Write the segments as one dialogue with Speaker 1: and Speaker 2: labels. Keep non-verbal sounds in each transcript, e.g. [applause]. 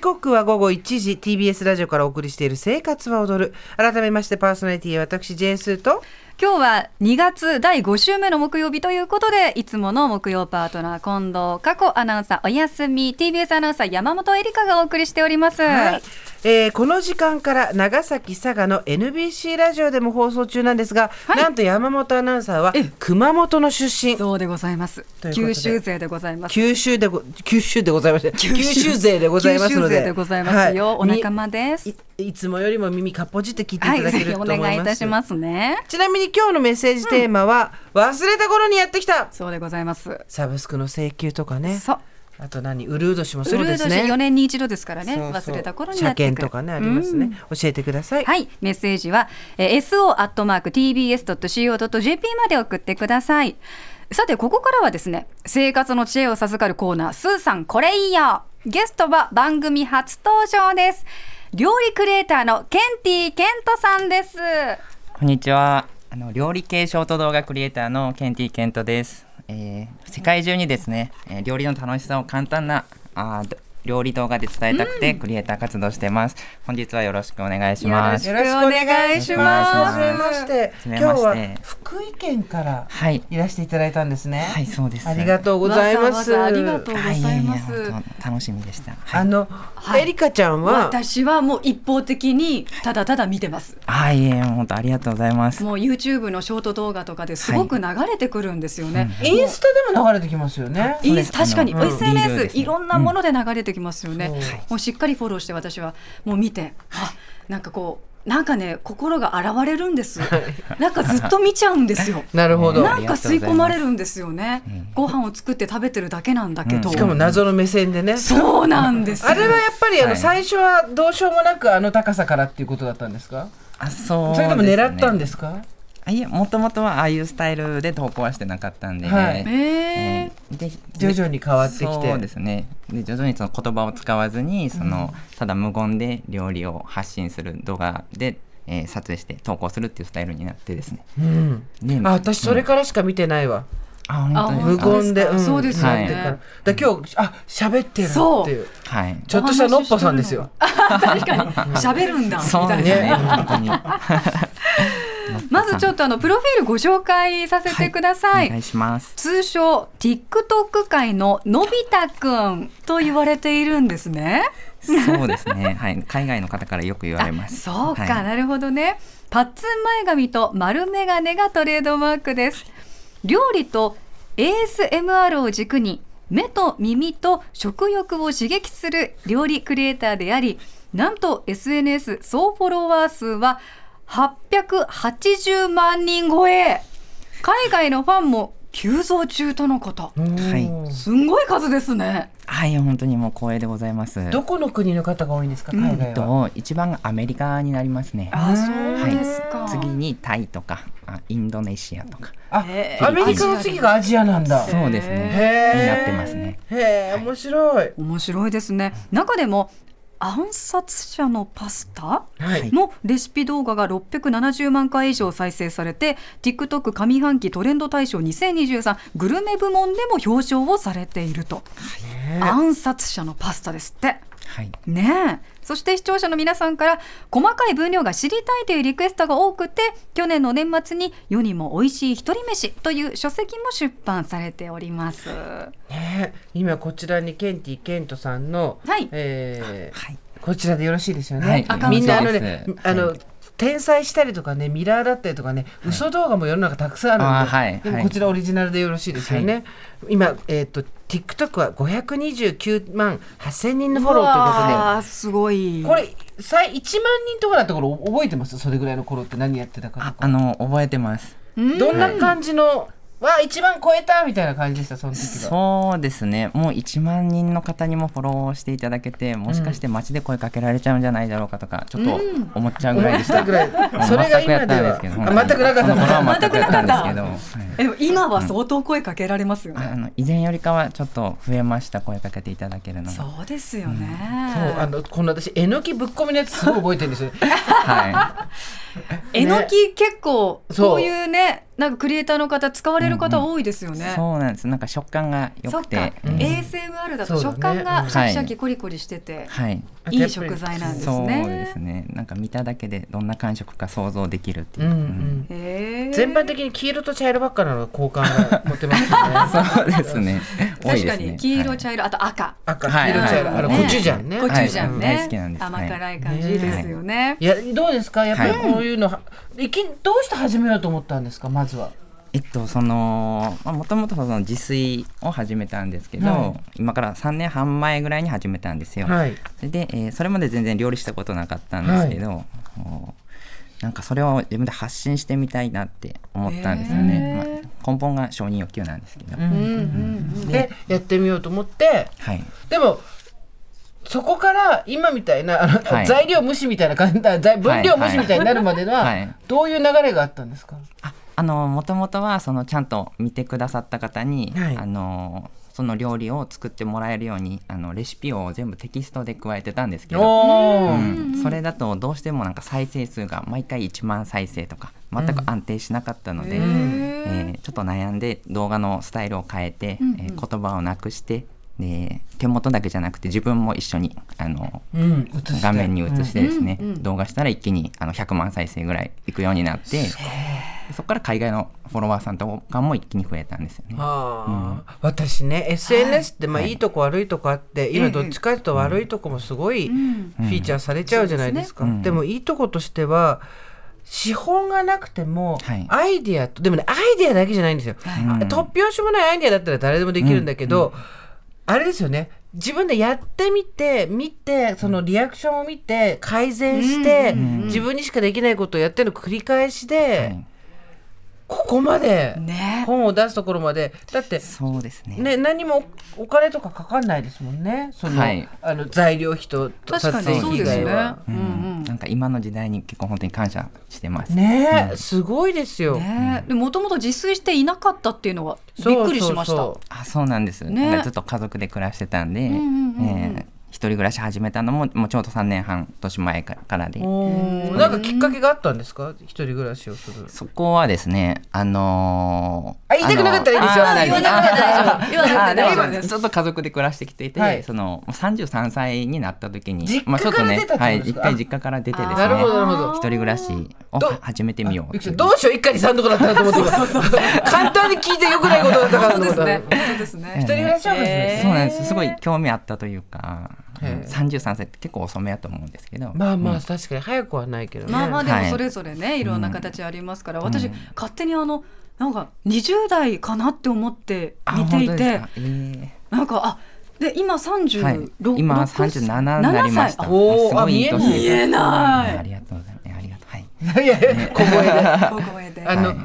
Speaker 1: 刻は午後1時 TBS ラジオからお送りしている「生活は踊る」改めましてパーソナリティは私 J スーと
Speaker 2: 今日は2月第5週目の木曜日ということでいつもの木曜パートナー近藤佳子アナウンサーお休み TBS アナウンサー山本恵里香がお送りしております、
Speaker 1: はいえーこの時間から長崎佐賀の NBC ラジオでも放送中なんですが、
Speaker 2: はい
Speaker 1: なんと山本アナウンサーは
Speaker 2: え
Speaker 1: 熊本の出身
Speaker 2: そうでございます
Speaker 1: ということで
Speaker 2: 九州勢でございます
Speaker 1: 九州でご九州でございまして九州勢でございますので
Speaker 2: 九州勢でございますよ、
Speaker 1: はい
Speaker 2: お仲間です
Speaker 1: いいつもよりも耳かっぽじって聞いてい
Speaker 2: は
Speaker 1: た
Speaker 2: い
Speaker 1: だけ
Speaker 2: ぜ
Speaker 1: る
Speaker 2: ひ
Speaker 1: と
Speaker 2: お
Speaker 1: 思います、
Speaker 2: 願いいたしますね
Speaker 1: ちなみに今日のメッセージテーマは、忘れた頃にやってきた
Speaker 2: そうでございます
Speaker 1: サブスクの請求とかね
Speaker 2: そう
Speaker 1: あと何ウルード氏もそう
Speaker 2: うる
Speaker 1: で
Speaker 2: う
Speaker 1: す
Speaker 2: 年
Speaker 1: ね
Speaker 2: 4年に一度ですからね
Speaker 1: そうそう
Speaker 2: 忘れた頃に
Speaker 1: 車
Speaker 2: やってくる
Speaker 1: 検とかねありますね、教えてください、
Speaker 2: はい、メッセージは、えー、so.tbs.co.jp まで送ってください。さて、ここからはですね、生活の知恵を授かるコーナー、スーさんこれいいよゲストは番組初登場です。料理クリエイターのケンティーケントさんです。
Speaker 3: こんにちは。あの料理系ショート動画クリエイターのケンティケントです。えー世界中にですね、えー料理の楽しさを簡単なあーど料理動画で伝えたくてクリエイター活動してます。本日はよろしくお願いします。
Speaker 2: よろしくお願いします
Speaker 1: よろしくお願いします初めまして
Speaker 3: 初めま
Speaker 1: 今
Speaker 3: して
Speaker 1: 日は福井県から
Speaker 3: はい。
Speaker 1: いらしていただいたんですね、
Speaker 3: はい、そうです。
Speaker 1: ありがとうございます
Speaker 2: わざわざありがとうご
Speaker 3: は
Speaker 2: ざ
Speaker 3: い
Speaker 2: います。
Speaker 3: やいや本当楽しみでした。は
Speaker 1: あ
Speaker 3: い。
Speaker 1: の、
Speaker 2: はい
Speaker 1: エリカちゃんは
Speaker 2: 私はもう一方的にただただ見てます。
Speaker 3: はい、えー本当ありがとうございます。
Speaker 2: もう YouTube のショート動画とかですごく流れてくるんですよね。
Speaker 1: インスタでも流れてきますよね
Speaker 2: いいです
Speaker 3: そう
Speaker 2: 確
Speaker 3: です
Speaker 2: かに、
Speaker 3: あのうん
Speaker 2: SNS、
Speaker 3: リールですね
Speaker 2: いろんなもので流れてきますよね、
Speaker 1: うんそう
Speaker 2: もうしっかりフォローして私はもう見てあなんかこうなんかね心が洗われるんですなんかずっと見ちゃうんですよ
Speaker 1: なるほど
Speaker 3: ね
Speaker 2: なんか吸い込まれるんですよねご飯を作って食べてるだけなんだけど、
Speaker 3: うん
Speaker 1: しかも謎の目線でね
Speaker 2: そうなんですよ
Speaker 1: あれはやっぱりあの、
Speaker 3: はい
Speaker 1: 最初はどうしようもなくあの高さからっていうことだったんですか
Speaker 3: あ、そう、
Speaker 1: それとも狙ったんです
Speaker 3: ね。
Speaker 1: すか
Speaker 3: あいえ、もともとはああいうスタイルで投稿はしてなかったんで。
Speaker 1: はい
Speaker 2: えー
Speaker 3: えーで
Speaker 1: 徐々に変わってきて
Speaker 3: そうですねで徐々にその言葉を使わずにその、ただ無言で料理を発信する動画で、えー撮影して投稿するっていうスタイルになってですね
Speaker 1: うん
Speaker 3: で
Speaker 1: あ私それからしか見てないわ、
Speaker 3: あ本
Speaker 2: あ
Speaker 3: 当
Speaker 2: 本
Speaker 3: です
Speaker 1: 無
Speaker 2: 当
Speaker 3: か
Speaker 1: 言で、
Speaker 2: あそうです
Speaker 3: よね
Speaker 1: やってるからだから今日あ喋ってる
Speaker 2: そ
Speaker 1: っ
Speaker 2: う
Speaker 1: ていう
Speaker 3: はい
Speaker 1: ちょっとしたのっぽさんですよ
Speaker 2: 確かに喋るんだみ
Speaker 3: そう
Speaker 2: た
Speaker 3: で
Speaker 2: い
Speaker 3: す
Speaker 2: な
Speaker 3: ね
Speaker 1: ね
Speaker 3: 本当に
Speaker 2: まずちょっ
Speaker 3: と
Speaker 2: とあのプロフィールご紹介させてください、
Speaker 3: お願いします
Speaker 2: 通称 TikTok 界ののび太くんと言われているんですね。
Speaker 3: そうですねはい海外の方からよく言われます
Speaker 2: あそうか、
Speaker 3: はい
Speaker 2: なるほどね。パッツン前髪と丸眼鏡がトレードマークです。料理と ASMR を軸に目と耳と食欲を刺激する料理クリエイターであり、なんと SNS 総フォロワー数は880万人超え。海外のファンも急増中とのこと。
Speaker 3: はい
Speaker 1: うん
Speaker 2: すんごい数ですね。
Speaker 3: はい本当にもう光栄でございます
Speaker 1: どこの国の方が多いんですか海
Speaker 3: え
Speaker 1: 外
Speaker 3: っ
Speaker 1: は、
Speaker 3: と一番がアメリカになりますね
Speaker 2: あ、
Speaker 1: うん
Speaker 2: そうですか。
Speaker 3: 次にタイとかあインドネシアとか
Speaker 1: あ
Speaker 2: えー
Speaker 1: アメリカの次がアジアなんだ
Speaker 2: アジ
Speaker 3: そうです
Speaker 1: へ
Speaker 3: ね
Speaker 1: え
Speaker 3: になってますね
Speaker 1: へえ面白い
Speaker 2: 面白いですね。中でも暗殺者のパスタ
Speaker 1: はい
Speaker 2: のレシピ動画が670万回以上再生されて TikTok 上半期トレンド大賞2023グルメ部門でも表彰をされていると、暗殺者のパスタですって
Speaker 3: はい
Speaker 2: ねえそして視聴者の皆さんから細かい分量が知りたいというリクエストが多くて去年の年末に「世にも美味しい一人飯」という書籍も出版されております。
Speaker 1: ねえ今こちらにケンティケントさんの、
Speaker 2: はい
Speaker 1: えー
Speaker 3: はい
Speaker 1: こちらでよろしいですよね。
Speaker 3: はい
Speaker 2: あ
Speaker 1: みんなあの
Speaker 3: そ
Speaker 1: ね
Speaker 3: うです、
Speaker 1: あの、
Speaker 3: はい
Speaker 1: 転載したりとかね、ミラーだったりとかね、嘘動画も世の中たくさんあるんで、
Speaker 3: あーはい
Speaker 1: でも
Speaker 3: はい
Speaker 1: こちらオリジナルでよろしいですよね。今、えっ、と、TikTok は529万8000人のフォローということで、
Speaker 2: わあすごい
Speaker 1: これ、最1万人とかだった頃覚えてますそれぐらいの頃って何やってたか
Speaker 3: ああの覚えてます
Speaker 2: うん
Speaker 1: どんな感じの、わあ、1万超えたみたいな感じでした、その時は。
Speaker 3: そうですねもう1万人の方にもフォローしていただけてもしかして街で声かけられちゃうんじゃないだろうかとかちょっと思っちゃうぐ
Speaker 1: 思
Speaker 3: らい
Speaker 1: っ
Speaker 3: でしたた
Speaker 1: ぐらい。それが
Speaker 3: 全くや
Speaker 1: 今で
Speaker 3: ったんで
Speaker 1: は
Speaker 3: すけど
Speaker 1: あ全くなかった
Speaker 3: その頃は全くやったんです
Speaker 2: 全くな
Speaker 3: けど
Speaker 2: か
Speaker 3: はい
Speaker 2: [laughs] えでも今は相当声かけられますよね、
Speaker 3: あの以前よりかはちょっと増えました声かけていただけるのが
Speaker 2: そうですよね、
Speaker 1: そうあのこの私えのきぶっ込みのやつすごい覚えてるんですよ
Speaker 3: はい
Speaker 2: えのき結構
Speaker 1: そう
Speaker 2: こういうねなんかクリエイターの方使われる方多いですよね。
Speaker 3: そうなんですなんか食感が良
Speaker 2: そっ
Speaker 3: く
Speaker 2: か
Speaker 3: て、
Speaker 1: うん
Speaker 2: ASMR だ
Speaker 1: そ
Speaker 2: と
Speaker 1: うだね
Speaker 2: 食感
Speaker 1: う
Speaker 2: が
Speaker 1: ん
Speaker 2: シャキシャキコリコリしてて、
Speaker 3: はい
Speaker 1: あと
Speaker 2: い
Speaker 1: やっ
Speaker 2: い
Speaker 1: ぱり
Speaker 2: 食材なんです
Speaker 3: そう
Speaker 2: ね。
Speaker 3: ですねなんか見ただけでどんな感触か想像できるって
Speaker 1: う
Speaker 3: い
Speaker 1: ん
Speaker 3: う、
Speaker 1: う
Speaker 3: うん
Speaker 1: ん
Speaker 2: へー
Speaker 1: 全般的に黄色と茶色ばっかなのが好感が持てますよね。
Speaker 3: そうですね多
Speaker 2: 確
Speaker 3: いで
Speaker 2: か
Speaker 3: すね
Speaker 2: に黄色、
Speaker 3: はい
Speaker 2: 茶色、あと赤。
Speaker 1: 赤、黄
Speaker 3: はい
Speaker 1: 色、茶色、あの
Speaker 3: はい
Speaker 1: コチュジャンね。
Speaker 2: コチュジャン
Speaker 3: はい
Speaker 2: ね。
Speaker 3: 大好きなんです
Speaker 2: 甘辛い感じですよね。
Speaker 1: いやどうですかやっぱり
Speaker 3: はい
Speaker 1: こういうのは、いきどうして始めようと思ったんですかまずは。
Speaker 3: えっとそのもともとその自炊を始めたんですけど、
Speaker 1: は
Speaker 3: 今から3年半前ぐらいに始めたんですよ、
Speaker 1: はい。
Speaker 3: それで、えーそれまで全然料理したことなかったんですけど、おなんかそれを自分で発信してみたいなって思ったんですよね、
Speaker 2: へー
Speaker 3: まあ根本が承認欲求なんですけど、
Speaker 2: うん
Speaker 1: ん
Speaker 2: うんうん。
Speaker 1: でやってみようと思って
Speaker 3: はい
Speaker 1: でもそこから今みたいなあの、
Speaker 3: はい
Speaker 1: 材料無視みたいな感じ材分量無視みたいになるまでは、
Speaker 3: はい
Speaker 1: どういう流れがあったんですか、
Speaker 3: ああのもともとはそのちゃんと見てくださった方に、
Speaker 1: はい
Speaker 3: あのその料理を作ってもらえるようにあのレシピを全部テキストで加えてたんですけど、
Speaker 1: おー
Speaker 3: うんそれだとどうしてもなんか再生数が毎回1万再生とか全く安定しなかったの
Speaker 2: へ
Speaker 3: で、え
Speaker 2: ー
Speaker 3: ーちょっと悩んで動画のスタイルを変えて、
Speaker 2: うんうん
Speaker 3: えー言葉をなくしてで手元だけじゃなくて自分も一緒にあの
Speaker 1: うん、映して
Speaker 3: 画面に映してですね、
Speaker 2: うんうん
Speaker 3: 動画したら一気にあの100万再生ぐらいいくようになってそこから海外のフォロワーさんとかも一気に増えたんですよね。
Speaker 1: ああ、私ね SNS ってまあ
Speaker 3: はい
Speaker 1: いとこ悪いとこあって、
Speaker 2: え
Speaker 1: 今
Speaker 2: え
Speaker 1: どっちかというと悪いとこもすごいフ
Speaker 2: ん
Speaker 1: ィーチャーされちゃうじゃないですか、
Speaker 3: そうですね
Speaker 1: でもいいとことしては資本がなくても
Speaker 3: はい
Speaker 1: アイディアとでもねアイディアだけじゃないんですよ、
Speaker 3: い
Speaker 1: あ突拍子もないアイディアだったら誰でもできるんだけど、あれですよね自分でやってみて見てそのリアクションを見て改善して、
Speaker 2: うん
Speaker 1: 自分にしかできないことをやってるの繰り返しで、
Speaker 3: はい
Speaker 1: ここまで
Speaker 2: ね。
Speaker 1: 本を出すところまでだって
Speaker 3: そうですね
Speaker 1: ね、何もお金とかかかんないですもんね。その、
Speaker 3: はい
Speaker 1: あの材料費と撮
Speaker 2: 確か
Speaker 1: 影
Speaker 2: に
Speaker 1: 費
Speaker 2: そう
Speaker 1: 以
Speaker 2: です
Speaker 1: 外
Speaker 2: よね
Speaker 1: は。。
Speaker 2: う
Speaker 3: う
Speaker 2: んんうん
Speaker 3: なんか今の時代に結構本当に感謝してます。
Speaker 1: ねえ、すごいですよ。
Speaker 2: ねえ、もともと自炊していなかったっていうのはびっくりしまし
Speaker 1: そう
Speaker 2: た。
Speaker 1: そう
Speaker 3: あそうなんです、
Speaker 2: ね
Speaker 3: なんかずっと家族で暮らしてたんで、
Speaker 2: んうんうんうん
Speaker 3: えー一人暮らし始めたのももうちょうど3年半年前からで
Speaker 1: そうおーなんかきっかけがあったんですか、一人暮らしをする。
Speaker 3: そこはですねあのー
Speaker 1: あ言いたくなかったらいいですよ
Speaker 3: あー
Speaker 1: 言わ
Speaker 2: なくて大丈夫言わなくて
Speaker 3: あー
Speaker 2: 大丈夫
Speaker 3: あー
Speaker 2: です
Speaker 3: ちょっと家族で暮らしてきていて、
Speaker 1: はい
Speaker 3: その33歳になった時に
Speaker 1: 実家
Speaker 3: まあちょっと
Speaker 1: か
Speaker 3: ね
Speaker 1: ら出たって
Speaker 3: は
Speaker 1: こ
Speaker 3: い
Speaker 1: とです
Speaker 3: 一
Speaker 1: か
Speaker 3: 回実家から出てです
Speaker 1: なるほど
Speaker 3: ね
Speaker 1: なるほど
Speaker 3: 一人暮らしを
Speaker 1: ど
Speaker 3: 始めてみよう
Speaker 1: びっくりした
Speaker 3: と
Speaker 1: どうしよう一家に三とこだったらと思ってた簡単に聞いてよくないことだったから
Speaker 2: そう
Speaker 1: と
Speaker 2: で
Speaker 1: 思った
Speaker 2: すね。
Speaker 1: 一
Speaker 2: 本当ですね
Speaker 1: 人。暮らしを始
Speaker 2: え
Speaker 1: め
Speaker 2: ー
Speaker 3: そうなんですすごい興味あったというか
Speaker 1: へー
Speaker 3: 33歳って結構遅めやと思うんですけど
Speaker 1: たまあま
Speaker 3: う
Speaker 1: あ
Speaker 3: ん
Speaker 1: 確かに早くはないけどね
Speaker 2: まあまあで
Speaker 3: は
Speaker 2: も
Speaker 3: い
Speaker 2: それぞれね、いろんな形ありますから、
Speaker 3: ん
Speaker 2: 私、
Speaker 3: うん
Speaker 2: 勝手にあのなんか20代かなって思って
Speaker 3: あ
Speaker 2: 見てい
Speaker 3: 本当です
Speaker 2: て
Speaker 3: か、えー
Speaker 2: なんかあで今36、
Speaker 3: はい、今三十七になりました。
Speaker 2: 7歳
Speaker 1: おー
Speaker 3: すごいいい
Speaker 1: あ
Speaker 3: 年
Speaker 1: 見
Speaker 2: えない見えない
Speaker 3: ありがとうございます。ありがとう。はい。
Speaker 1: いやいや小声で
Speaker 2: あここへで
Speaker 1: あの、
Speaker 3: はい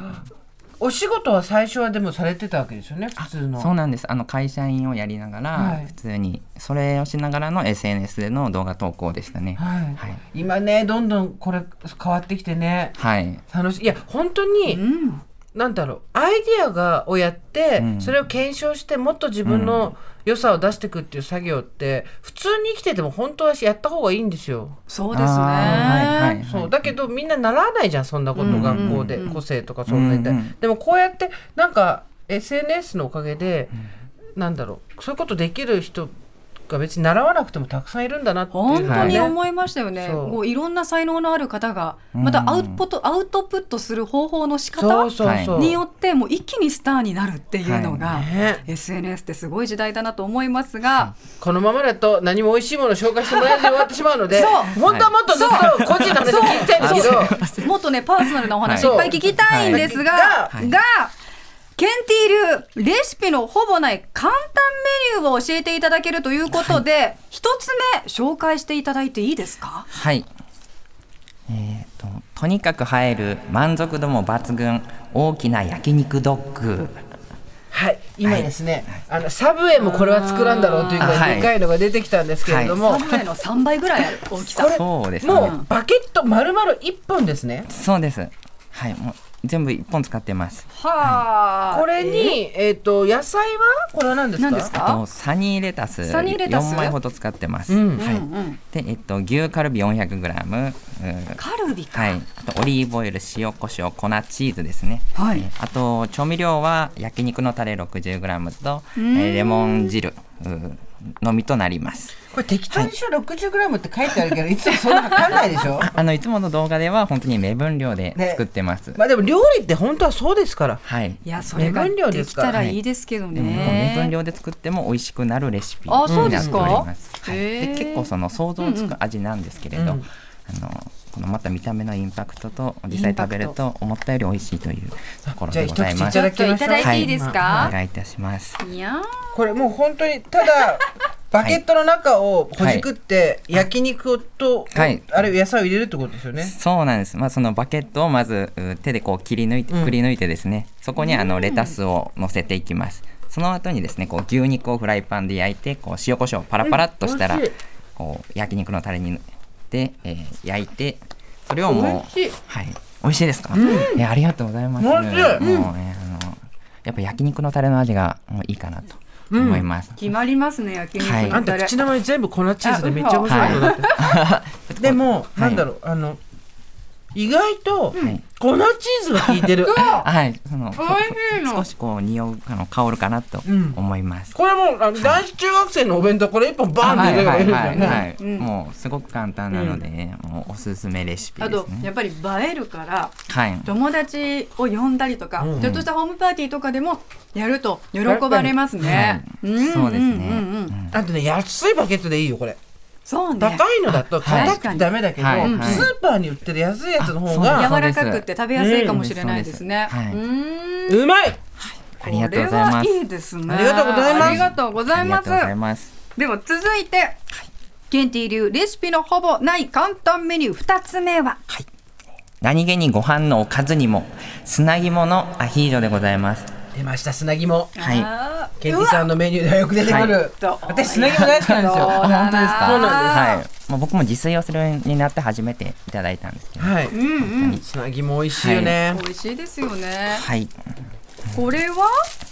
Speaker 1: お仕事は最初はでもされてたわけですよね普通の
Speaker 3: そうなんです。あの会社員をやりながら、
Speaker 1: はい
Speaker 3: 普通にそれをしながらの SNS での動画投稿でしたね。
Speaker 1: はい
Speaker 3: はい。
Speaker 1: 今ねどんどんこれ変わってきてね
Speaker 3: はい。
Speaker 1: 楽しいいや本当に、
Speaker 2: うん
Speaker 1: なんだろうアイディアがをやって、
Speaker 3: うん
Speaker 1: それを検証してもっと自分の良さを出していくっていう作業って普通に生きてても本当はやった方がいいんですよ。
Speaker 2: そうですね、
Speaker 3: あーはいはい
Speaker 1: そうだけどみんな習わないじゃんそんなこと、
Speaker 2: うん
Speaker 1: 学校で
Speaker 2: うん
Speaker 1: 個性とかそんなに、
Speaker 3: うんうん
Speaker 1: でもこうやってなんか SNS のおかげで、なんだろうそういうことできる人が別に習わなくてもたくさんいるんだなっていうのは
Speaker 2: 本
Speaker 1: ね
Speaker 2: 当に思いましたよ
Speaker 1: は
Speaker 2: ね、
Speaker 1: いそう
Speaker 2: こういろんな才能のある方が
Speaker 3: うん
Speaker 2: またアウトプット、アウトプットする方法の仕
Speaker 1: そ
Speaker 2: 方
Speaker 1: うそうそう、
Speaker 2: によってもう一気にスターになるっていうのが、
Speaker 1: ね
Speaker 2: SNS ってすごい時代だなと思いますが、
Speaker 1: このままだと何も美味しいものを紹介してもらえずに終わってしまうので
Speaker 2: そう
Speaker 1: 本当はもっとずっと個人の話聞きたいんだけど
Speaker 3: そう
Speaker 2: もっとねパーソナルなお話い
Speaker 1: はい
Speaker 2: っぱい聞きたいんですが、
Speaker 1: はい
Speaker 2: が、ケンティ流レシピのほぼない簡単メニューを教えていただけるということで、一、つ目紹介していただいていいですか？
Speaker 3: はい。えっ、ととにかく映える満足度も抜群大きな焼肉ドッグ。
Speaker 1: はい今ですね、あのサブウェイもこれは作らんだろうというぐ
Speaker 3: あ
Speaker 1: ら
Speaker 3: はい
Speaker 1: いでかいのが出てきたんですけれども、
Speaker 2: サムネの三倍ぐらいある
Speaker 1: [laughs]
Speaker 2: 大きさ。
Speaker 1: これ
Speaker 3: そうですね
Speaker 1: もうバケット丸々一本ですね
Speaker 3: そうです。はい。もう全部一本使ってます。
Speaker 2: はあ。
Speaker 1: これに、えっ、と、野菜は、これは何ですか。
Speaker 2: 何ですか
Speaker 3: あとサニーレタス
Speaker 2: サニーレタス
Speaker 3: 4枚ほど使ってます。
Speaker 1: うん
Speaker 3: はい。
Speaker 2: うんうん
Speaker 3: でえっと牛カルビ 400g。うん
Speaker 2: カルビか。
Speaker 3: はい、あとオリーブオイル塩コショウ粉チーズですね、
Speaker 2: はい
Speaker 3: えーあと調味料は焼肉のタレ 60g と、え
Speaker 2: ーん
Speaker 3: ーレモン汁うんのみとなります
Speaker 1: これ適当にしろ六十グラムって書いてあるけど、いつもそんな測んないでしょ
Speaker 3: あのいつもの動画では本当に目分量で
Speaker 1: ね
Speaker 3: 作ってます、
Speaker 1: [laughs] まあ、でも料理って本当はそうですから。
Speaker 3: はい
Speaker 2: いやそれが
Speaker 1: 目分量
Speaker 2: で
Speaker 1: で
Speaker 2: き
Speaker 1: す
Speaker 2: た
Speaker 1: から
Speaker 2: いいですけど
Speaker 3: でももう目分
Speaker 2: ね。
Speaker 3: 量で作っても美味しくなるレシピにな
Speaker 2: あ
Speaker 3: って
Speaker 2: そ
Speaker 3: お
Speaker 2: う
Speaker 3: り
Speaker 2: で
Speaker 3: ますす、
Speaker 2: か
Speaker 3: はい、
Speaker 2: へー
Speaker 3: で結構その想像つく味なんですけれど、
Speaker 1: うんうん
Speaker 3: あのこのまた見た目のインパクトと実際食べると思ったより美味しいというところ
Speaker 1: じゃあ、
Speaker 3: で
Speaker 1: 一
Speaker 3: ご
Speaker 1: 口
Speaker 3: ざ
Speaker 1: いた
Speaker 3: いま
Speaker 1: だきま
Speaker 3: す
Speaker 1: しょう
Speaker 2: ちょっといただいていいですか
Speaker 3: お願いいたします
Speaker 2: いや
Speaker 1: これもう本当にただバケットの中をほじくって焼肉と、
Speaker 3: はい
Speaker 1: あれ野菜を入れるってことですよね。
Speaker 3: そうなんです、まあ、そのバケットをまずう手でこう切り抜いて
Speaker 1: うん
Speaker 3: くり抜いてですね、そこにあのレタスを乗せていきますその後にですねこう牛肉をフライパンで焼いてこう塩コショウパラパラっとしたら、
Speaker 1: うん美味しい
Speaker 3: こう焼肉のタレにで、えー焼いてそれをもう
Speaker 1: 美味しい
Speaker 3: はい、美味しいですか、えありがとうございます
Speaker 1: 美味しい
Speaker 3: もう、えーあのやっぱ焼肉のタレの味がもういいかなと思います、
Speaker 2: 決まりますね焼肉
Speaker 3: はい
Speaker 1: あん
Speaker 2: のタ
Speaker 1: た
Speaker 2: レ。
Speaker 1: 口の前全部粉チーズでめっちゃ面白いことだって。でも、なんだろうあの意外と
Speaker 3: ん
Speaker 1: 粉チーズが効い [laughs] てる。
Speaker 3: はい、そのそ
Speaker 2: 美味しいの
Speaker 3: 少しこう匂うあの香るかなと
Speaker 1: うん
Speaker 3: 思います、
Speaker 1: これもうあの男子中学生のお弁当これ一本バンって入れればいいですよね。
Speaker 3: いもうすごく簡単なので、もうおすすめレシピ
Speaker 2: あ
Speaker 3: で
Speaker 2: と
Speaker 3: すね。
Speaker 2: やっぱり映えるから
Speaker 3: はい。
Speaker 2: 友達を呼んだりとか、
Speaker 1: うん
Speaker 2: ちょっとしたホームパーティーとかでもやると喜ばれますね。
Speaker 3: はいそうです
Speaker 2: うん
Speaker 3: ね
Speaker 2: うんうん
Speaker 1: あとね安いバケットでいいよこれ。
Speaker 2: そうね。
Speaker 1: 高いのだと
Speaker 3: はい
Speaker 1: 硬くてダメだけど、ス
Speaker 3: はい
Speaker 1: ーパーに売ってる安いやつの方が
Speaker 3: あそう
Speaker 2: 柔
Speaker 3: で
Speaker 2: ら
Speaker 3: す
Speaker 2: かくて食べやすいかもしれないですね。
Speaker 3: うんそうですは
Speaker 2: うん
Speaker 1: うまい。
Speaker 3: ありがとうございます。
Speaker 2: これはいいですね。
Speaker 1: ありがとうございます
Speaker 2: ありがとうござ
Speaker 3: あ
Speaker 2: い
Speaker 3: り
Speaker 2: ま
Speaker 3: が
Speaker 2: す
Speaker 3: とうございます。
Speaker 2: では続いて、ケンティ流レシピのほぼない簡単メニュー二つ目は、
Speaker 3: 何気にご飯のおかずにも砂肝のアヒージョでございます。
Speaker 1: 出ました砂肝。
Speaker 3: はい
Speaker 2: あー
Speaker 1: ケンティさんのメニューではよく出てくる。
Speaker 2: はい
Speaker 1: 私砂肝大好きなんですよ。
Speaker 2: そうだなあ本当ですか
Speaker 1: そうなんで
Speaker 3: はい。もう僕も自炊をするようになって初めていただいたんですけど。
Speaker 1: す。はい。
Speaker 2: うんうん、
Speaker 1: 砂肝美味しいよね。
Speaker 2: 美味しいですよね。
Speaker 3: はい。
Speaker 2: これは、
Speaker 3: こ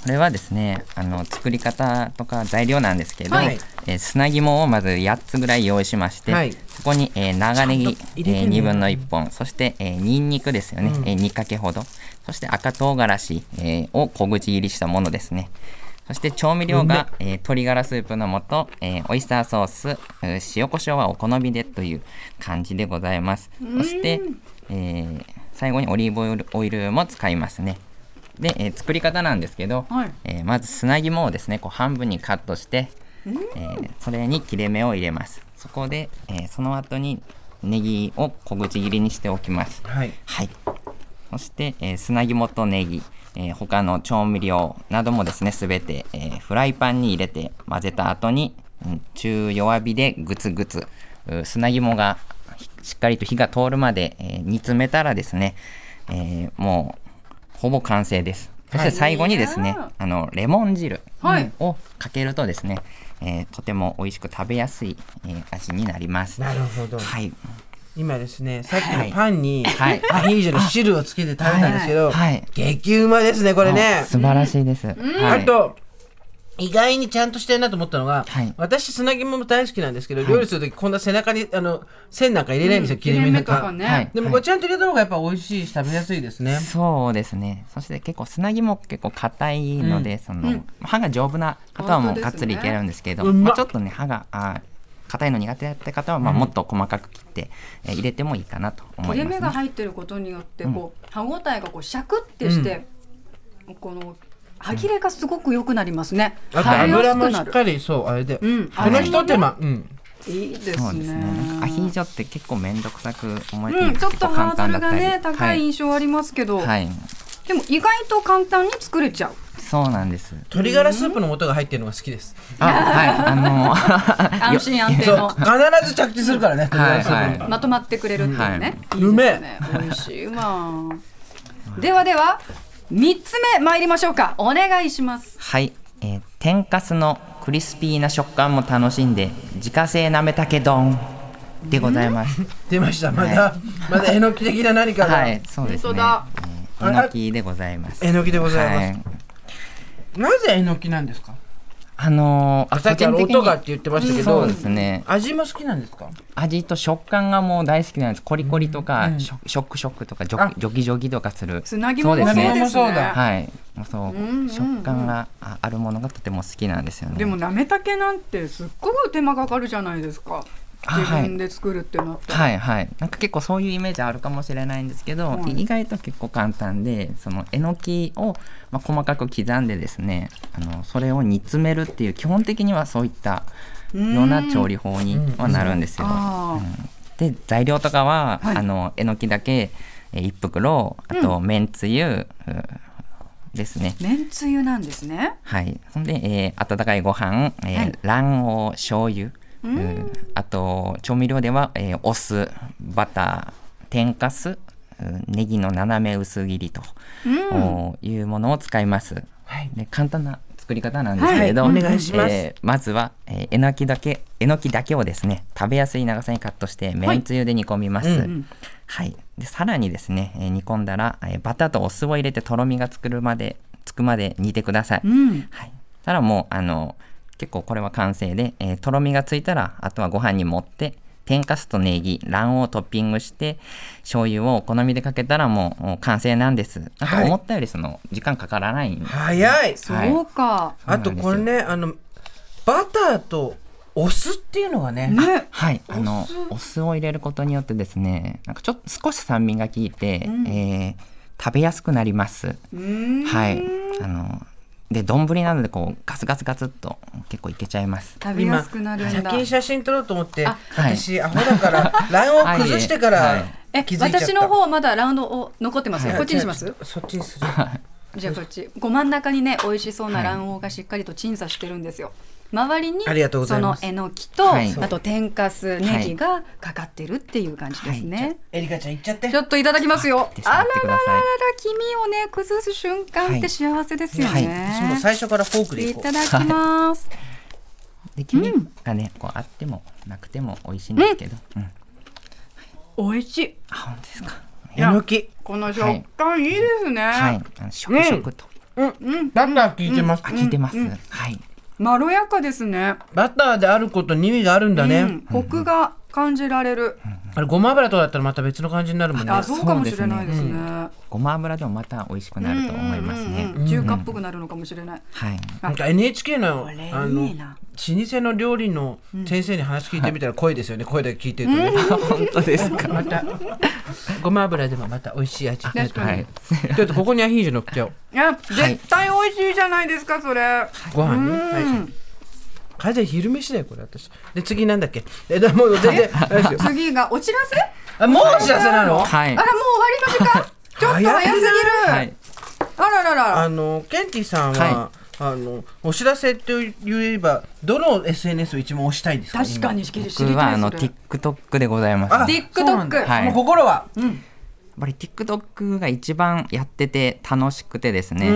Speaker 3: れはですね、あの作り方とか材料なんですけど、
Speaker 1: はい
Speaker 3: えー砂肝をまず8つぐらい用意しまして、
Speaker 1: はい
Speaker 3: そこに、えー長ネギ、
Speaker 1: ちゃんと
Speaker 3: え
Speaker 1: 入れてね
Speaker 3: ー、2分の1本、そして、えー、ニンニクですよね、
Speaker 1: うん
Speaker 3: えー、2かけほど、そして赤唐辛子、えーを小口入りしたものですね。そして調味料が、えー鶏ガラスープの素、えーオイスターソース、えー塩コショウはお好みでという感じでございます。そして、えー最後にオリーブオイルオイルも使いますね。で、えー作り方なんですけど、
Speaker 2: はい
Speaker 3: えーまず砂肝をですねこう半分にカットして、えーそれに切れ目を入れますそこで、えーその後にネギを小口切りにしておきます
Speaker 1: はい。
Speaker 3: はいそして、えー砂肝とネギ、えー他の調味料などもですねすべて、えーフライパンに入れて混ぜた後に、うん中弱火でグツグツう砂肝がひしっかりと火が通るまで、えー煮詰めたらですね、えーもうほぼ完成ですそして最後にですね、
Speaker 2: いいなあ
Speaker 3: あのレモン汁
Speaker 2: はい
Speaker 3: をかけるとですね、えーとても美味しく食べやすい、えー味になります。
Speaker 1: なるほど。
Speaker 3: はい、
Speaker 1: 今ですね、さっきのパンに、
Speaker 3: はい
Speaker 1: アヒージョの汁をつけて食べたんですけど、
Speaker 3: はいはい
Speaker 1: 激うまですね、これね
Speaker 3: あ。素晴らしいです。はい
Speaker 1: あと、意外にちゃんとしてるなと思ったのが、
Speaker 3: はい
Speaker 1: 私砂肝も大好きなんですけど、料理するときこんな背中にあの線なんか入れないんですよ、切れ目とか。
Speaker 2: ね、
Speaker 3: はい
Speaker 1: でもこれちゃんと入れた方がやっぱ美味しいし食べやすいですね。
Speaker 3: そうですね。そして結構砂肝結構硬いので、その、
Speaker 2: うん
Speaker 3: 歯が丈夫な方はも
Speaker 2: 本当です
Speaker 3: う
Speaker 2: ね
Speaker 3: がっつりいけるんですけど、
Speaker 1: うまっ
Speaker 3: まあ、ちょっとね歯があー硬いの苦手だって方はまあもっと細かく切って、えー入れてもいいかなと思
Speaker 2: 切れ
Speaker 3: います、
Speaker 2: 目が入ってることによってこう、歯ごたえがこうシャクってして、この歯切れがすごく良くなりますね。
Speaker 1: あと
Speaker 2: 食べや
Speaker 1: 油
Speaker 2: すく
Speaker 1: もし
Speaker 2: な
Speaker 1: っ
Speaker 2: る。
Speaker 1: かりそうあれで、
Speaker 2: うん
Speaker 1: このひと手間、うん、
Speaker 2: いいで
Speaker 3: そ
Speaker 2: す
Speaker 3: うです
Speaker 2: ね
Speaker 3: ね。なんかアヒージョって結構面倒くさく思えて、
Speaker 2: うん、ちょっ
Speaker 3: 結
Speaker 2: と
Speaker 3: 構
Speaker 2: ハ
Speaker 3: 簡
Speaker 2: ードル
Speaker 3: 単だった
Speaker 2: が
Speaker 3: り
Speaker 2: ね高い印象ありますけど、
Speaker 3: はい、はい、
Speaker 2: でも意外と簡単に作れちゃう。
Speaker 3: そうなんです。
Speaker 1: 鶏ガラスープの素が入ってるのが好きです。
Speaker 3: あ、はい、あの [laughs] ー
Speaker 2: 安心安定
Speaker 1: そう
Speaker 2: の
Speaker 1: 必ず着地するからね。
Speaker 3: はい
Speaker 1: 鶏ガラスープ
Speaker 3: は
Speaker 2: まとまってくれるっていうね。
Speaker 1: はい
Speaker 2: いいです
Speaker 1: う
Speaker 2: ね。美味しいわ。ではでは三つ目参りましょうか。お願いします。
Speaker 3: はい、えー天かすのクリスピーな食感も楽しんで自家製なめたけ丼でございます。
Speaker 1: 出ましたまだ、まだえのき的な何かが、
Speaker 3: はい、そうです
Speaker 2: 本当
Speaker 3: ね。
Speaker 2: だ
Speaker 3: えーえのきでございます。
Speaker 1: えのきでございます
Speaker 3: す。
Speaker 1: なぜえのきなんですか
Speaker 3: あのー、あ
Speaker 1: さっきあの音がって言ってましたけど、
Speaker 3: そうですね。
Speaker 1: 味も好きなんですか
Speaker 3: 味と食感がもう大好きなんです。コリコリとか、ショショックショックとか、ジョ
Speaker 1: あ
Speaker 3: キジョキジョキとかする。
Speaker 2: つなぎもそうです
Speaker 1: つなぎ
Speaker 2: ね
Speaker 1: もそうだ
Speaker 3: はい、もうそう、
Speaker 2: んうんうん
Speaker 3: 食感がああるものがとても好きなんですよね。
Speaker 4: でもなめたけなんてすっごく手間かかるじゃないですか
Speaker 3: あ
Speaker 4: 自分で作るってなったら、
Speaker 3: はいはい、なんか結構そういうイメージあるかもしれないんですけど、
Speaker 4: はい
Speaker 3: 意外と結構簡単でそのえのきを、まあ、細かく刻んでですねあのそれを煮詰めるっていう基本的にはそういった
Speaker 4: ん
Speaker 3: ような調理法にはなるんですよ。
Speaker 4: あ
Speaker 3: で材料とかは、
Speaker 4: はい
Speaker 3: あのえのきだけえー一袋あとめんつゆ、うんですね。
Speaker 4: ーめんつゆなんですね
Speaker 3: はい、ほんで、えー温かいご飯、えー
Speaker 4: はい
Speaker 3: 卵黄醤油、うん、あと調味料では、えーお酢バター天かす、うん、ネギの斜め薄切りと、おーいうものを使います、
Speaker 1: はい
Speaker 3: で簡単な作り方なんですけれど、
Speaker 1: はいお願いします
Speaker 3: えーまずは、えーえのきだけえのきだけをですね食べやすい長さにカットしてめんつゆで煮込みます、
Speaker 1: うんう
Speaker 3: はい、でさらにですね、えー煮込んだら、えーバターとお酢を入れてとろみがつくるまでつくまで煮てください、
Speaker 4: うん
Speaker 3: はい、たらもうあの結構これは完成で、えーとろみがついたらあとはご飯に盛って天かすとネギ卵黄をトッピングして醤油をお好みでかけたらもうもう完成なんですなん
Speaker 1: は
Speaker 3: か
Speaker 1: い
Speaker 3: 思ったよりその時間かからないんです、
Speaker 1: 早い
Speaker 3: はい
Speaker 4: そうか、
Speaker 1: あとこれねあのバターとお酢っていうのがね
Speaker 4: ね
Speaker 3: はい、あのお酢を入れることによってですねなんかちょっと少し酸味が効いて、えー食べやすくなります
Speaker 4: うん
Speaker 3: はいあので丼なのでこうガツガツガツっと結構いけちゃいます
Speaker 4: 食べやすくなるんだ
Speaker 1: 先に写真撮ろうと思って
Speaker 4: あ
Speaker 3: はい
Speaker 1: 私アホだから卵を崩してか
Speaker 3: はいは
Speaker 1: ら
Speaker 3: い
Speaker 2: え
Speaker 1: 気づいちゃった
Speaker 2: 私の方まだラウンドを残ってますよ
Speaker 1: はい
Speaker 2: こっちにします
Speaker 1: そっちにする
Speaker 2: じゃあこっちこう真ん中にね美味しそうな卵黄がしっかりと鎮座してるんですよ周りに
Speaker 1: ありがとうござ
Speaker 2: そ
Speaker 1: いま
Speaker 2: の
Speaker 1: す
Speaker 2: えのきと、
Speaker 3: はい
Speaker 2: あと天かすネギがかかってるっていう感じですね、
Speaker 1: エリカちゃん行っちゃって
Speaker 2: ちょっといただきますよ
Speaker 3: 切ってしま
Speaker 2: あら
Speaker 3: ってく
Speaker 2: ららら
Speaker 3: ださい
Speaker 2: 黄身をね崩す瞬間っ
Speaker 3: は
Speaker 2: て
Speaker 3: い
Speaker 2: 幸せですよ
Speaker 3: はい
Speaker 2: ね、
Speaker 1: 私も最初からフォークで
Speaker 2: い
Speaker 1: いこ
Speaker 2: ただきます、
Speaker 3: で黄身がね、こうあってもなくても美味しいんですけど、うん
Speaker 4: 美味しい
Speaker 3: あ本当ですか
Speaker 1: うえのき
Speaker 4: この食感いいですね、
Speaker 3: はいあの食食と、
Speaker 1: バター効いてます
Speaker 3: あ聞いてます、はい
Speaker 4: まろやかですね
Speaker 1: バターであることに意味があるんだ
Speaker 4: う
Speaker 1: ね
Speaker 4: ん、コクが感じられる、
Speaker 1: あれごま油とかだったらまた別の感じになるもんね
Speaker 4: あそうかもしれないですね
Speaker 3: ごま油でもまた美味しくなると思いますね、
Speaker 4: うんうんうん中華っぽくなるのかもしれない、
Speaker 3: はい
Speaker 1: なんか NHK の
Speaker 4: これいいな
Speaker 1: あの老舗の料理の先生に話聞いてみたら声ですよね、声だけ聞いてるとね、
Speaker 3: 本当です [laughs] か
Speaker 1: またごま油でもまた美味しい味になると思う
Speaker 3: はい
Speaker 1: ちょっとここにアヒージョ乗っちゃおう
Speaker 4: いや絶対美味しいじゃないですかそれ、
Speaker 1: ご飯ね、はい、完全に昼飯だよこれ私で次なんだっけえだもう全然あれですよ
Speaker 4: 次がお知らせ
Speaker 1: あもうお知らせなの、
Speaker 3: はい
Speaker 4: あらもう終わりの時間ちょっと早すぎる、
Speaker 3: はい
Speaker 4: あららら
Speaker 1: あのケンティさんは、
Speaker 3: は
Speaker 1: あのお知らせといえばどの SNS を一番推したいんですか
Speaker 4: 確かに知り知り
Speaker 3: 僕は
Speaker 4: たい
Speaker 3: あの
Speaker 4: それ
Speaker 3: TikTok でございます
Speaker 1: あ
Speaker 3: やっ
Speaker 4: TikTok
Speaker 1: そうなんだ
Speaker 3: はい
Speaker 1: もう心は、
Speaker 3: ぱり TikTok が一番やってて楽しくてですね、え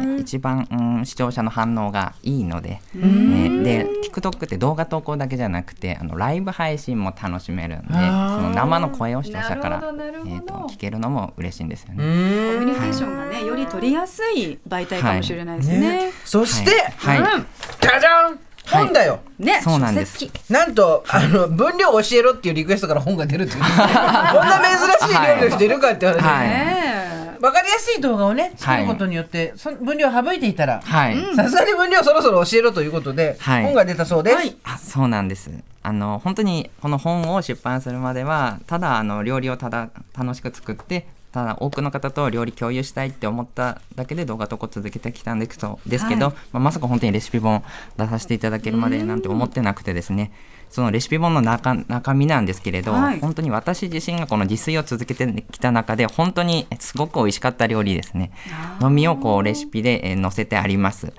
Speaker 3: ー一番、うん視聴者の反応がいいので、えーで TikTok って動画投稿だけじゃなくてあのライブ配信も楽しめるんでそ
Speaker 1: あー
Speaker 3: の生の声を視聴者から、
Speaker 2: なる
Speaker 3: え
Speaker 2: ほどなるほど
Speaker 3: ー、と聞けるのも嬉しいんですよね。
Speaker 1: うーん
Speaker 2: コミュニケーションがねより取りやすい媒体かもしれないですね、
Speaker 1: ねそして、
Speaker 3: はいは
Speaker 1: う
Speaker 3: い
Speaker 1: んじゃじゃん本だよ、
Speaker 2: ね
Speaker 3: そうなんです
Speaker 2: 書籍
Speaker 1: なんとあの分量教えろっていうリクエストから本が出るっていうこんな珍しい料理をしているかって話ですね、
Speaker 3: はい
Speaker 4: え
Speaker 1: 分かりやすい動画をね作る
Speaker 3: はい
Speaker 1: ことによって、その分量を省いていたら
Speaker 3: はい、
Speaker 1: さすがに分量そろそろ教えろということで、
Speaker 3: はい
Speaker 1: 本が出たそうです、
Speaker 4: はい
Speaker 3: あそうなんですあの本当にこの本を出版するまではただあの料理をただ楽しく作ってただ多くの方と料理共有したいって思っただけで動画投稿続けてきたんですけどですけど、まあ、まさか本当にレシピ本出させていただけるまでなんて思ってなくてですねそのレシピ本の中中身なんですけれど、
Speaker 4: はい
Speaker 3: 本当に私自身がこの自炊を続けてきた中で本当にすごく美味しかった料理ですねのみをこうレシピで、えー載せてあります。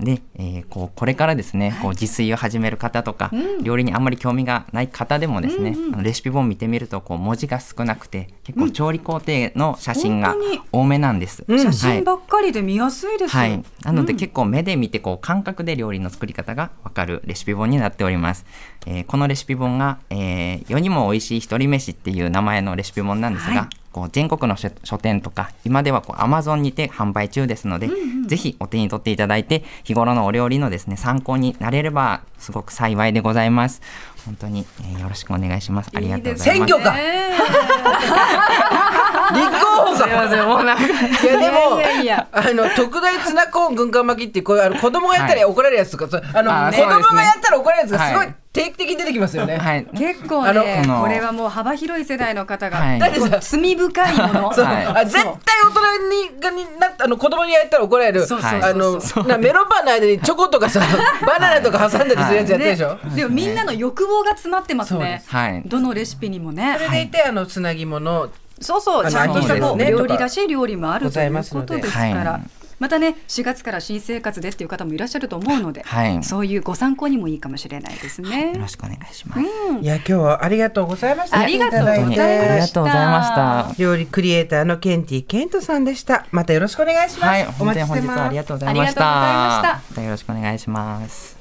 Speaker 3: で、えーこうこれからですね、こう自炊を始める方とか、料理にあんまり興味がない方でもですね、あのレシピ本見てみるとこう文字が少なくて結構調理工程の写真が
Speaker 4: 本当に
Speaker 3: 多めなんです。
Speaker 1: ん
Speaker 4: 写
Speaker 3: は
Speaker 4: 真
Speaker 3: い
Speaker 4: ばっかりで見やすいです、
Speaker 3: はい、なので結構目で見てこう感覚で料理の作り方がわかるレシピ本になっております、えーこのレシピ本が、えー世にも美味しい一人飯っていう名前のレシピ本なんですが、こう全国の書書店とか今ではこう Amazon にて販売中ですので、ぜひお手に取っていただいて日頃のお料理のですね参考になれればすごく幸いでございます本当に、えーよろしくお願いしますありがとうござい
Speaker 1: 鮮
Speaker 3: ます
Speaker 1: 魚か
Speaker 4: え
Speaker 1: 立候補かいやでも
Speaker 2: いやいやいや
Speaker 1: あの特大ツナコーン軍艦巻きっていうこういうあの子供がやったら怒られるやつとか、それあの
Speaker 3: あー
Speaker 1: 子
Speaker 3: そうですね
Speaker 1: 供がやったら怒られるやつがすごい
Speaker 3: はい
Speaker 1: 定期的に出てきますよね、
Speaker 3: はい
Speaker 2: 結構
Speaker 1: あ
Speaker 2: ね
Speaker 3: の
Speaker 2: これはもう幅広い世代の方が、
Speaker 3: はい
Speaker 1: だってさ
Speaker 2: 罪深いもの
Speaker 1: [laughs] そう
Speaker 3: はい
Speaker 1: あ絶対大人にがになったあの子供にやったら怒られる
Speaker 2: そう
Speaker 3: そうそう
Speaker 1: あのなメロンパンの間にチョコとかさバナナとか挟んだりするやつやってるでしょ、
Speaker 2: ねでもみんなの欲望が詰まってます
Speaker 1: そう
Speaker 2: ね
Speaker 1: で
Speaker 3: はい
Speaker 2: どのレシピにも
Speaker 1: そ
Speaker 2: ね
Speaker 1: れでいて、あのつなぎもの
Speaker 2: そうそ
Speaker 1: あの
Speaker 2: うちゃんとしたこ
Speaker 1: そう
Speaker 2: う
Speaker 1: ですね
Speaker 2: 料理らしい料理もある
Speaker 1: ご
Speaker 2: と
Speaker 1: ざ
Speaker 2: い
Speaker 1: いうます
Speaker 2: こ
Speaker 1: ので
Speaker 2: とですから、
Speaker 3: はい
Speaker 2: またね4月から新生活でっていう方もいらっしゃると思うので、
Speaker 3: はい
Speaker 2: そういうご参考にもいいかもしれないですね
Speaker 3: よろしくお願いします
Speaker 1: いや今日はありがとうございました
Speaker 2: ありがとうございま
Speaker 3: 本
Speaker 2: し
Speaker 3: 当に
Speaker 2: た
Speaker 3: ありがとうございました
Speaker 1: 料理クリエイターのケンティケントさんでしたまたよろしくお願いします、
Speaker 3: はい、
Speaker 1: お
Speaker 3: 本当
Speaker 1: 待ち
Speaker 3: に
Speaker 1: して
Speaker 3: 本日
Speaker 1: ます
Speaker 3: はありがとうございました。
Speaker 2: ありがとうございました
Speaker 3: またよろしくお願いします。